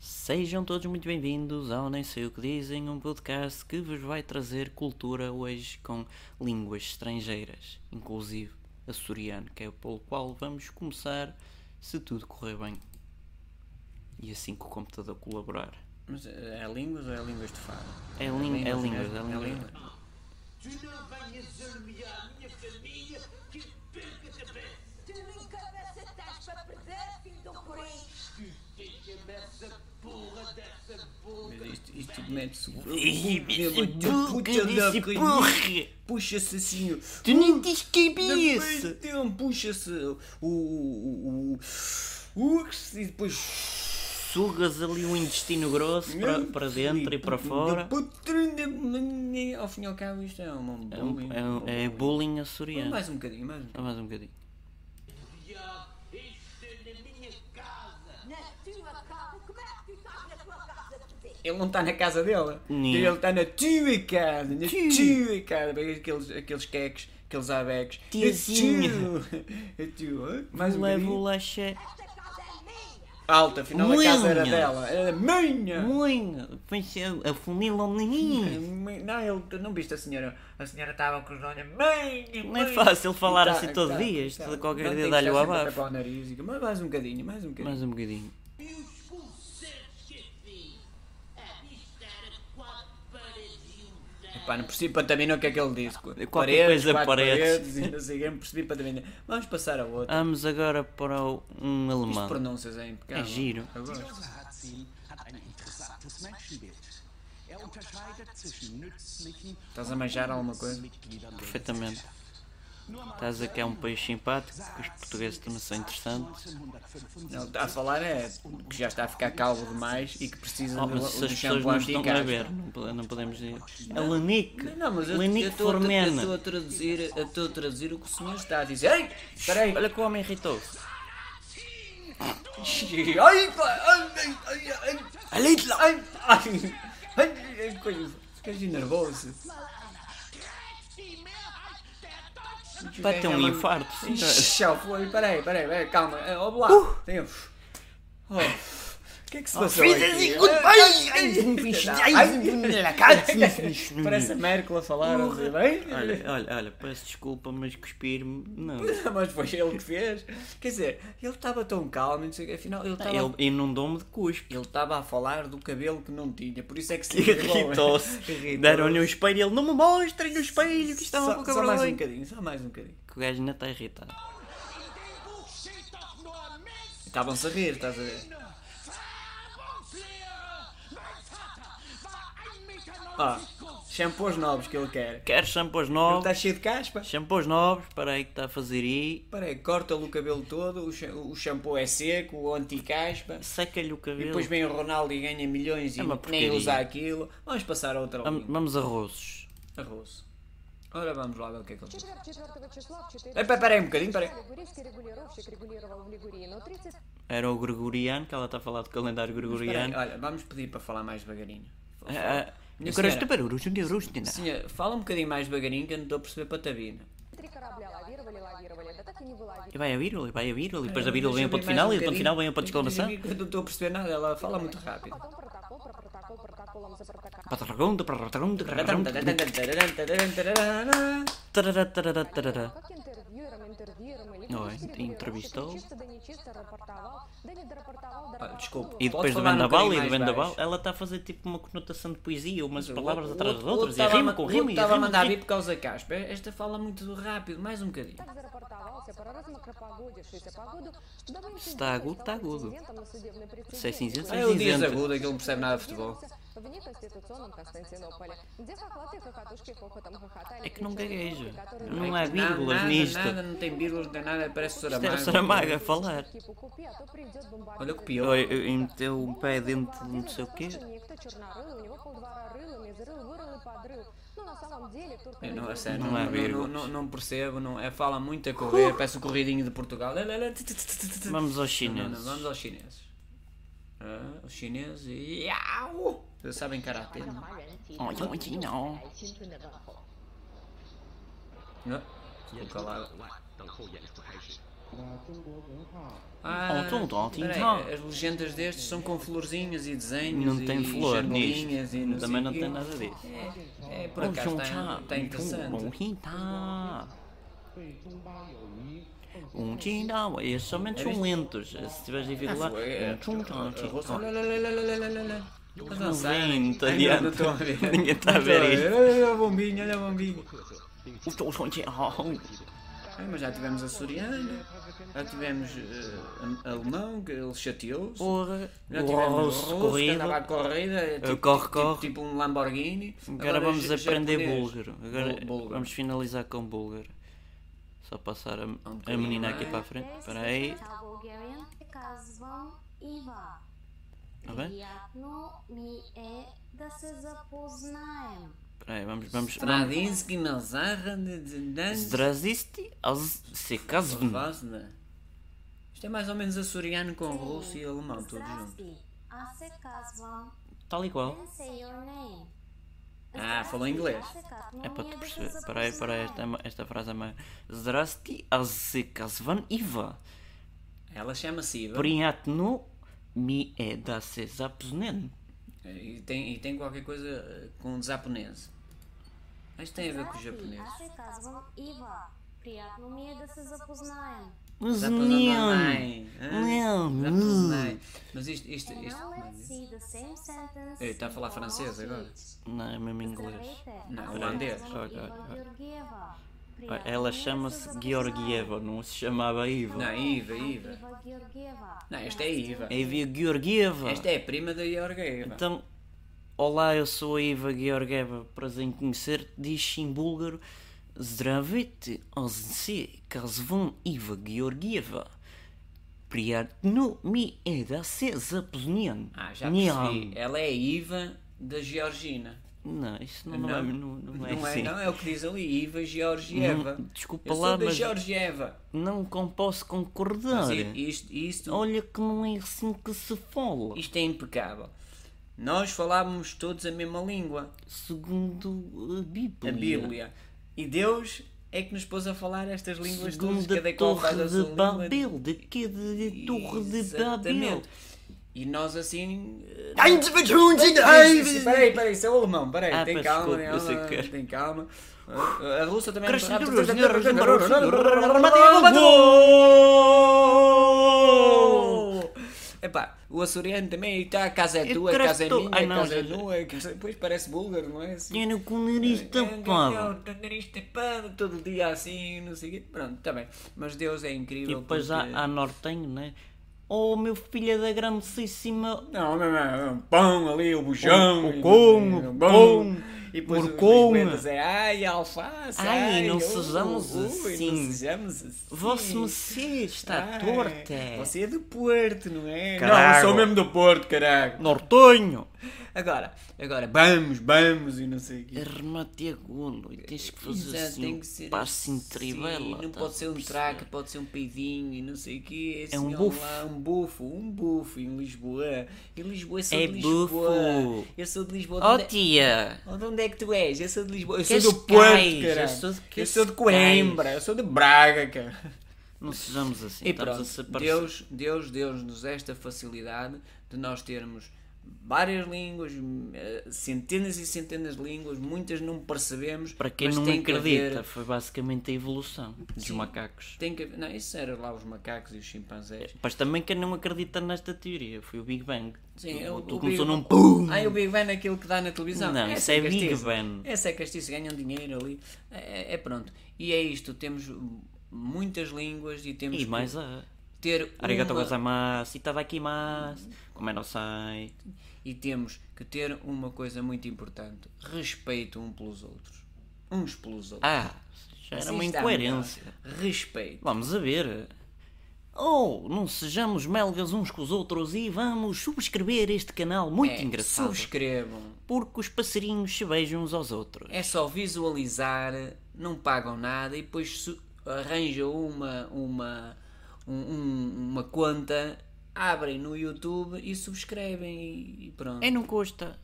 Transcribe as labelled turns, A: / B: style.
A: Sejam todos muito bem-vindos ao Nem Sei O Que Dizem, um podcast que vos vai trazer cultura hoje com línguas estrangeiras, inclusive açoriano, que é pelo qual vamos começar se tudo correr bem. E assim que o computador colaborar.
B: Mas é línguas ou é línguas de fado?
A: É, lin- é
B: mesmo?
A: línguas, é línguas.
C: Tu não venhas armear minha família que perca a cabeça.
D: Tu nem cabeça estás para perder, filho do Corim.
C: Fica-me essa porra dessa boca.
B: Mas isto, isto tipo mete-se.
A: porra!
B: Puxa-se assim.
A: Tu nem tens
B: Depois
A: cabeça!
B: tem um- Puxa-se o. o. o. o. ux, E depois.
A: Sugas ali o intestino grosso para, para dentro e para fora.
B: Depois- Ao fim e ao cabo, isto é um
A: É, um-
B: bullying.
A: é um- é bullying açoriano.
B: Mais um bocadinho, mais um bocadinho.
A: Dá mais um bocadinho.
C: Diabo, isto é na minha casa.
D: Na tua casa, como é que tu estás na tua casa a perder?
B: Ele não está na casa dela.
A: Não.
B: Ele está na tua casa. Na
A: Tu.
B: tua casa. Bem, Aqueles, aqueles queques, aqueles abeques.
A: Tiazinho.
B: A tua. Mais um
A: Uma
B: bocadinho.
A: bolacha
D: Esta casa é minha.
B: Alta, afinal a casa era
A: Moinhas.
B: dela. Era minha.
A: Moinha, depois a- a funila nem
B: Não, ele, tu não viste a senhora. A senhora estava com os olhos. Mãe,
A: Não é fácil falar
B: Tá,
A: assim todo dia, isto de qualquer dia dá-lhe o abafo.
B: abafo. Mas mais um bocadinho, mais um bocadinho.
A: Mais um bocadinho.
C: E os concertos que fiz? A vista era quatro paradisas.
B: Pá, não percebi para também não o que é que ele disse. Qualquer
A: coisa parece.
B: e não sei o quê, não percebi para também não. Vamos passar a outra.
A: Vamos agora para o- um
B: Isto
A: alemão.
B: pronúncias é impecável.
A: É giro.
B: Eu gosto.
E: Joseph Hatzin hat ein interessantes Menschenbild. Er unterscheidet zwischen nützlichen
B: Estás a manjar alguma coisa?
E: Mitgliedern der
A: Perfeitamente. Estás a que é um país simpático, que os portugueses também são interessantes.
E: 1955
B: Não, está a falar é que já está a ficar calvo demais e que precisa
A: Oh,
B: do,
A: mas se
B: do
A: as pessoas não
B: shampoo
A: estão a ver,
B: anti-caspa.
A: não, pode- não podemos dizer. É Lanique.
B: Não, mas eu eu
A: Lanique
B: estou a- eu estou
A: Formena.
B: a traduzir, eu estou a traduzir o que o senhor está a dizer. Ei, espera aí.
A: Olha que o homem irritou-se.
B: Ai, pá, ai, ai, ai, ai, ai, ai, ai, ai, coisa, ficas nervoso.
A: Vai ter um infarto, sim.
B: Ixi, foi, peraí, peraí, peraí, calma, é, ó, lá, tem um... Oh, o que é que se passou aqui? Ai, ai, ai, ai, Parece a Merkel a falar, a dizer, bem?
A: Olha, olha, olha, peço desculpa, mas cuspir-me. Não.
B: Mas foi ele que fez. Quer dizer, ele estava tão calmo, não sei o quê, afinal, ele estava...
A: Ele inundou-me de cuspe.
B: Ele estava a falar do cabelo que não tinha, por isso é que se
A: Irritou-se.
B: Irritou-se.
A: Deram-lhe um espelho e ele não me mostrem no espelho que estava
B: só,
A: a boca
B: só
A: para
B: mais um
A: bem.
B: bocadinho, só mais um bocadinho.
A: Que o gajo ainda está irritado.
B: Estavam-se a rir, estás a ver? Ó, shampoos novos que ele quer.
A: Quer shampoos
B: Ele
A: novos?
B: está cheio de caspa.
A: Shampoos novos, para aí que está a fazer aí.
B: Peraí, corta-lhe o cabelo todo, o cha- o shampoo é seco, o anti-caspa.
A: Seca-lhe o
B: E
A: cabelo.
B: depois vem o Ronaldo e ganha milhões
A: É
B: e
A: uma
B: nem
A: porcaria.
B: usa aquilo. Vamos passar a outra
A: Vam-
B: língua.
A: Vamos a roços.
B: Arroz. Ora vamos lá ver o que é que ele diz.
F: 4 числа в 4
B: Epá, Peraí um bocadinho, peraí.
F: Гурийский регулировщик регулировал в Лигурии, но 30
A: Era o Gregoriano, que ela está a falar do calendário
B: Peraí,
A: Gregoriano.
B: Olha, vamos pedir para falar mais devagarinho.
A: Ah, ah,
B: Minha
A: eu quero
B: senhora.
A: este barulho, hoje em dia, hoje em dia.
B: Senhor, fala um bocadinho mais devagarinho que eu não é? estou a perceber patabina.
F: три корабля лавировали, лавировали, да так и не
A: E
F: вылавировали.
A: vai a vírgula, e vai a vírgula, e depois da
B: Deixa
A: vírgula vem o
B: eu
A: ponto
B: ver mais
A: final,
B: um
A: e do ponto final vem o ponto de
B: bocadinho.
A: exclamação.
B: Eu não estou a perceber nada, ela fala muito rápido.
F: Потом протокол, про протокол, протоколом за протоколом.
A: Patarragunda, patarragunda, patarragunda.
B: Ele
A: Tarará, tarará, tarará. é?
F: Как интервьюером, интервьюером, или
A: Ой,
F: лигурийский
A: ты интервьюстал?
F: регулировщик чисто да нечисто рапортовал, да не дорапортовал,
B: Ah, desculpe.
F: дорапортовал.
A: E depois do
B: falar um
A: vendaval, e
B: bocadinho
A: do
B: mais
A: vendaval,
B: baixo.
A: ela está a fazer tipo uma conotação de poesia, umas
B: O
A: palavras
B: outro-
A: atrás
B: o
A: das
B: outro
A: outras, e
B: estava a
A: rima
B: ma-
A: com
B: o
A: rima,
B: outro
A: e
B: estava a
A: rima tipo com
B: mandar vir
A: rima. É
B: por causa da caspa. Esta fala muito rápido, mais um bocadinho.
F: Так зарапортовался про размокропогодившуюся погоду, что добрый
A: Está agudo, está
F: инцидент стал
A: agudo.
F: прецедентом на судебный
A: Se é
F: прецедент.
A: cinzento,
B: Ah,
A: é
B: ele diz
A: cinzento.
B: agudo, é que ele não percebe nada de futebol.
F: в неконституционном Константинополе, где хохлатые хохотушки хохотом хохотали.
A: É que não
F: кричали
A: gagueja.
F: шутки, которые
A: Não há
B: Não,
A: vírgulas
B: É nada,
A: nisto.
B: nada, não tem vírgulas, não tem nada, parece
A: Isto é o
B: Saramago.
A: Saramago a falar.
F: Кипу купи, а то придет бомбардир.
B: Olha que
A: Eu,
B: pior.
A: eu, eu meteu um pé dentro de não sei o quê.
F: Слушай, Никто чернорыл, у него полдвора рылами, изрыл, вырыл и подрыл. Ну, на самом деле, турка...
B: Eu Não, é sério,
A: Não
B: não,
A: há
B: não, não,
A: vírgulas.
B: não, não percebo, não, é, fala muito a correr, parece o corridinho de Portugal. Lá, lá, lá, tut, tut, tut, tut, tut.
A: Vamos aos
B: Não, não, não,
A: chineses.
B: Vamos aos chineses. Ah, os chineses e. Iau! Eles sabem karatê, não?
G: 华人及
A: 哦有劲哦
G: 来新春的问候。
B: Não. Desculpa lá.
E: 等候演出开始，
B: Ah,
A: Tom, tom, tim,
B: peraí,
A: tom.
B: As legendas destes são com florzinhas e desenhos
A: Não tem
B: e
A: flor
B: janelinhas
A: nisto.
B: e não
A: Também
B: sei
A: não
B: o quê.
A: tem nada disso.
B: É, por acaso está, está interessante.
A: Tá. Um tindão, estes somente
B: É
A: são lentos. Se tiveres
B: Ah,
A: dificuldade, um tchum tchum tchim, tchum.
B: Estás a dançar?
A: vem,
B: Ai, não, tá
A: italiano.
B: não estou a ver.
A: Ninguém está a
B: Não estou
A: ver isto.
B: Olha a bombinha, olha a bombinha.
A: O tchum tchum tchim, oh.
B: Ai, É, mas já tivemos a Soriana, já tivemos eh, a- alemão, que ele chateou-se.
A: Porra,
B: Já
A: o
B: tivemos um
A: arroz
B: russo, que
A: Oh, corrido.
B: andava à corrida, tipo,
A: corre,
B: tipo,
A: corre.
B: tipo um Lamborghini.
A: Agora vamos
B: ja-
A: aprender
B: japonês.
A: búlgaro. Agora
B: Bú- búlgaro.
A: vamos finalizar com búlgaro. Só passar a, a
B: bocadinho
A: menina aqui
B: mais.
A: para a frente. Espera aí.
G: Bulgarian, Kazvan i Va.
A: Tá bem?
G: Приятно ми е да се запознаем.
A: Espera aí, vamos, vamos.
B: Stradinsky, Nazarra, Zdra...
A: Zdrazisti, az- se kazvn.
B: Vazna. Isto é mais ou menos açoriano com russo e alemão, tudo junto.
G: Здрасти, аз се казвам
A: Tal e qual.
G: And say your name.
B: Ah, falou inglês.
A: É para tu perceber. Espera aí, espera aí. Esta, é ma- esta frase é mais. Zdrasti, az se kazvan iva.
B: Ela chama-se Iva.
A: Priatno mi é da se zapznen.
B: E tem, e tem qualquer coisa eh, com japonês. Mas tem a ver com os
G: Здрасти,
B: japoneses.
G: аз се казвам Ива.
A: é
G: Приятно ми е да се запознаем.
A: Znian.
B: Zapoznanai.
A: Não.
B: Zapoznanai. Mas isto, isto, isto.
G: Now let's see the same sentence
B: Ei, tá a falar
G: in
B: francês
G: all
B: agora?
G: speech.
A: Não, é mesmo inglês.
G: Здравейте,
B: Não,
G: аз се
B: holandês.
G: казвам
A: Ok,
G: Ива
A: ok.
G: Георгиева.
A: Olha,
G: Приятно ми е
A: Ela
G: да се
A: chama-se
G: запознаем.
A: Georgieva, não se chamava Iva.
B: Não, Iva, Iva.
G: Ива Георгиева.
B: Não, esta é Iva.
A: É Iva Georgieva.
B: Esta é a prima da Iorga Iva.
A: Então, olá, eu sou a Iva Georgieva, prazer em conhecer, diz em búlgaro Zdravite, Ozense, Kazvan, Iva Georgieva. Приятно ми е да се запознаем.
B: Ah, já
A: Ням.
B: percebi. Ela é a Iva da Georgina.
A: Não, isso não, não, é, não, não é
B: não
A: assim.
B: não, é o que diz ali, Iva Georgieva.
A: Não, desculpa
B: Eu sou
A: lá,
B: da
A: mas-
B: Georgieva.
A: Não com- posso concordar.
B: Mas i- isto, isto,
A: Olha que não é assim que se fala.
B: isto é impecável. Nós falávamos todos a mesma língua,
A: Segundo a Bíblia.
B: a Bíblia. E Deus é que nos pôs a falar estas línguas todas,
A: Segundo
B: cada
A: a
B: qual faz
A: Torre
B: a sua
A: de
B: língua.
A: Babel. De que de Torre de Babel?
B: Exatamente. E nós assim. eh,
A: Ai,
B: Peraí, peraí, isso é o alemão, peraí,
A: Ah,
B: tem,
A: peço
B: calma,
A: desculpa, eu sei que quero.
B: tem calma, A- A russa também é muito
A: Crescendo
B: rápida.
A: os senhores em barulho, Gol!
B: Epá, o açoriano também está a casa é
A: Eu
B: tua, a casa é
A: creio que
B: minha,
A: tu- Ai,
B: a
A: não,
B: casa é
A: já-
B: nua, a casa... depois parece búlgaro, não é assim?
A: Tinha com o nariz tampado.
B: O nariz tapado, todo dia assim, não sei o quê. Pronto, está bem. Mas Deus é
A: E
B: incrível.
A: depois há,
B: porque-
A: há nortenho, né? Oh, meu filho da grandíssima.
B: Não, não, não, não, pão ali, o bujão.
A: O- o
B: e-
A: com,
B: e-
A: o
B: pão,
A: com,
B: E depois o-
A: morcão.
B: os lendas é, ai, alface,
A: Ai,
B: ai,
A: não
B: ui,
A: sejamos
B: ui,
A: assim.
B: Não sejamos assim.
A: Vosso Messias está
B: Ai,
A: torta.
B: Você Ah, é do Porto, não é? Não,
A: Carago.
B: eu sou mesmo do Porto, caraca.
A: Nortenho!
B: Agora, agora, vamos, vamos e não sei o quê.
A: Arremate a golo e tens que fazer
B: Exato,
A: assim
B: tem
A: um
B: que ser
A: passo
B: assim,
A: em trivela.
B: Não
A: tá
B: pode ser
A: a
B: um
A: perceber?
B: traque, pode ser um peidinho e não sei o quê. assim,
A: um
B: olha
A: bufo.
B: lá, um bufo, um bufo em Lisboa. Em Lisboa eu sou
A: É
B: de Lisboa.
A: bufo.
B: Eu sou de Lisboa.
A: Oh
B: de onde é-
A: tia!
B: Oh, De onde é que tu és? Eu sou de Lisboa. Eu
A: Que
B: sou do
A: és
B: Porto,
A: cais,
B: cara.
A: eu sou de
B: eu
A: que
B: sou de
A: és
B: Coimbra.
A: cais.
B: Eu sou de Braga, cara.
A: Não sejamos assim,
B: E
A: estamos a
B: pronto,
A: ser parecidos.
B: Deus, Deus, Deus nos esta facilidade de nós termos várias línguas, eh, centenas e centenas de línguas, muitas não percebemos.
A: Para quem
B: mas
A: não
B: tem que
A: acredita,
B: haver-
A: foi basicamente a evolução dos macacos.
B: tem que haver- não, isso era lá os macacos e os chimpanzés.
A: Mas também quem não acredita nesta teoria foi o Big Bang.
B: Sim,
A: Tu-
B: é o-
A: tu
B: o
A: começou
B: Big-
A: num pum!
B: Ah, e o Big Bang é aquilo que dá na televisão.
A: Não, isso
B: Essa
A: é Big
B: castiça.
A: Bang.
B: Essa é castiça, ganham dinheiro ali. É, é pronto. E é isto, temos muitas línguas e temos
A: E
B: que
A: mais a.
B: ter
A: Arigato
B: uma...
A: gozaimasu, itadakimasu, como não sai.
B: E temos que ter uma coisa muito importante: respeito um pelos outros. Uns pelos outros.
A: Ah, já era
B: Assim
A: uma
B: está
A: incoerência.
B: melhor. Respeito.
A: Vamos a ver. Oh, não sejamos melgas uns com os outros e vamos subscrever este canal muito
B: É,
A: engraçado.
B: Subscrevam.
A: Porque os passarinhos se beijam uns aos outros.
B: É só visualizar, não pagam nada e depois su- arranjam uma, uma, um- um- uma conta, abrem no YouTube e subscrevem e- e pronto.
A: É não custa.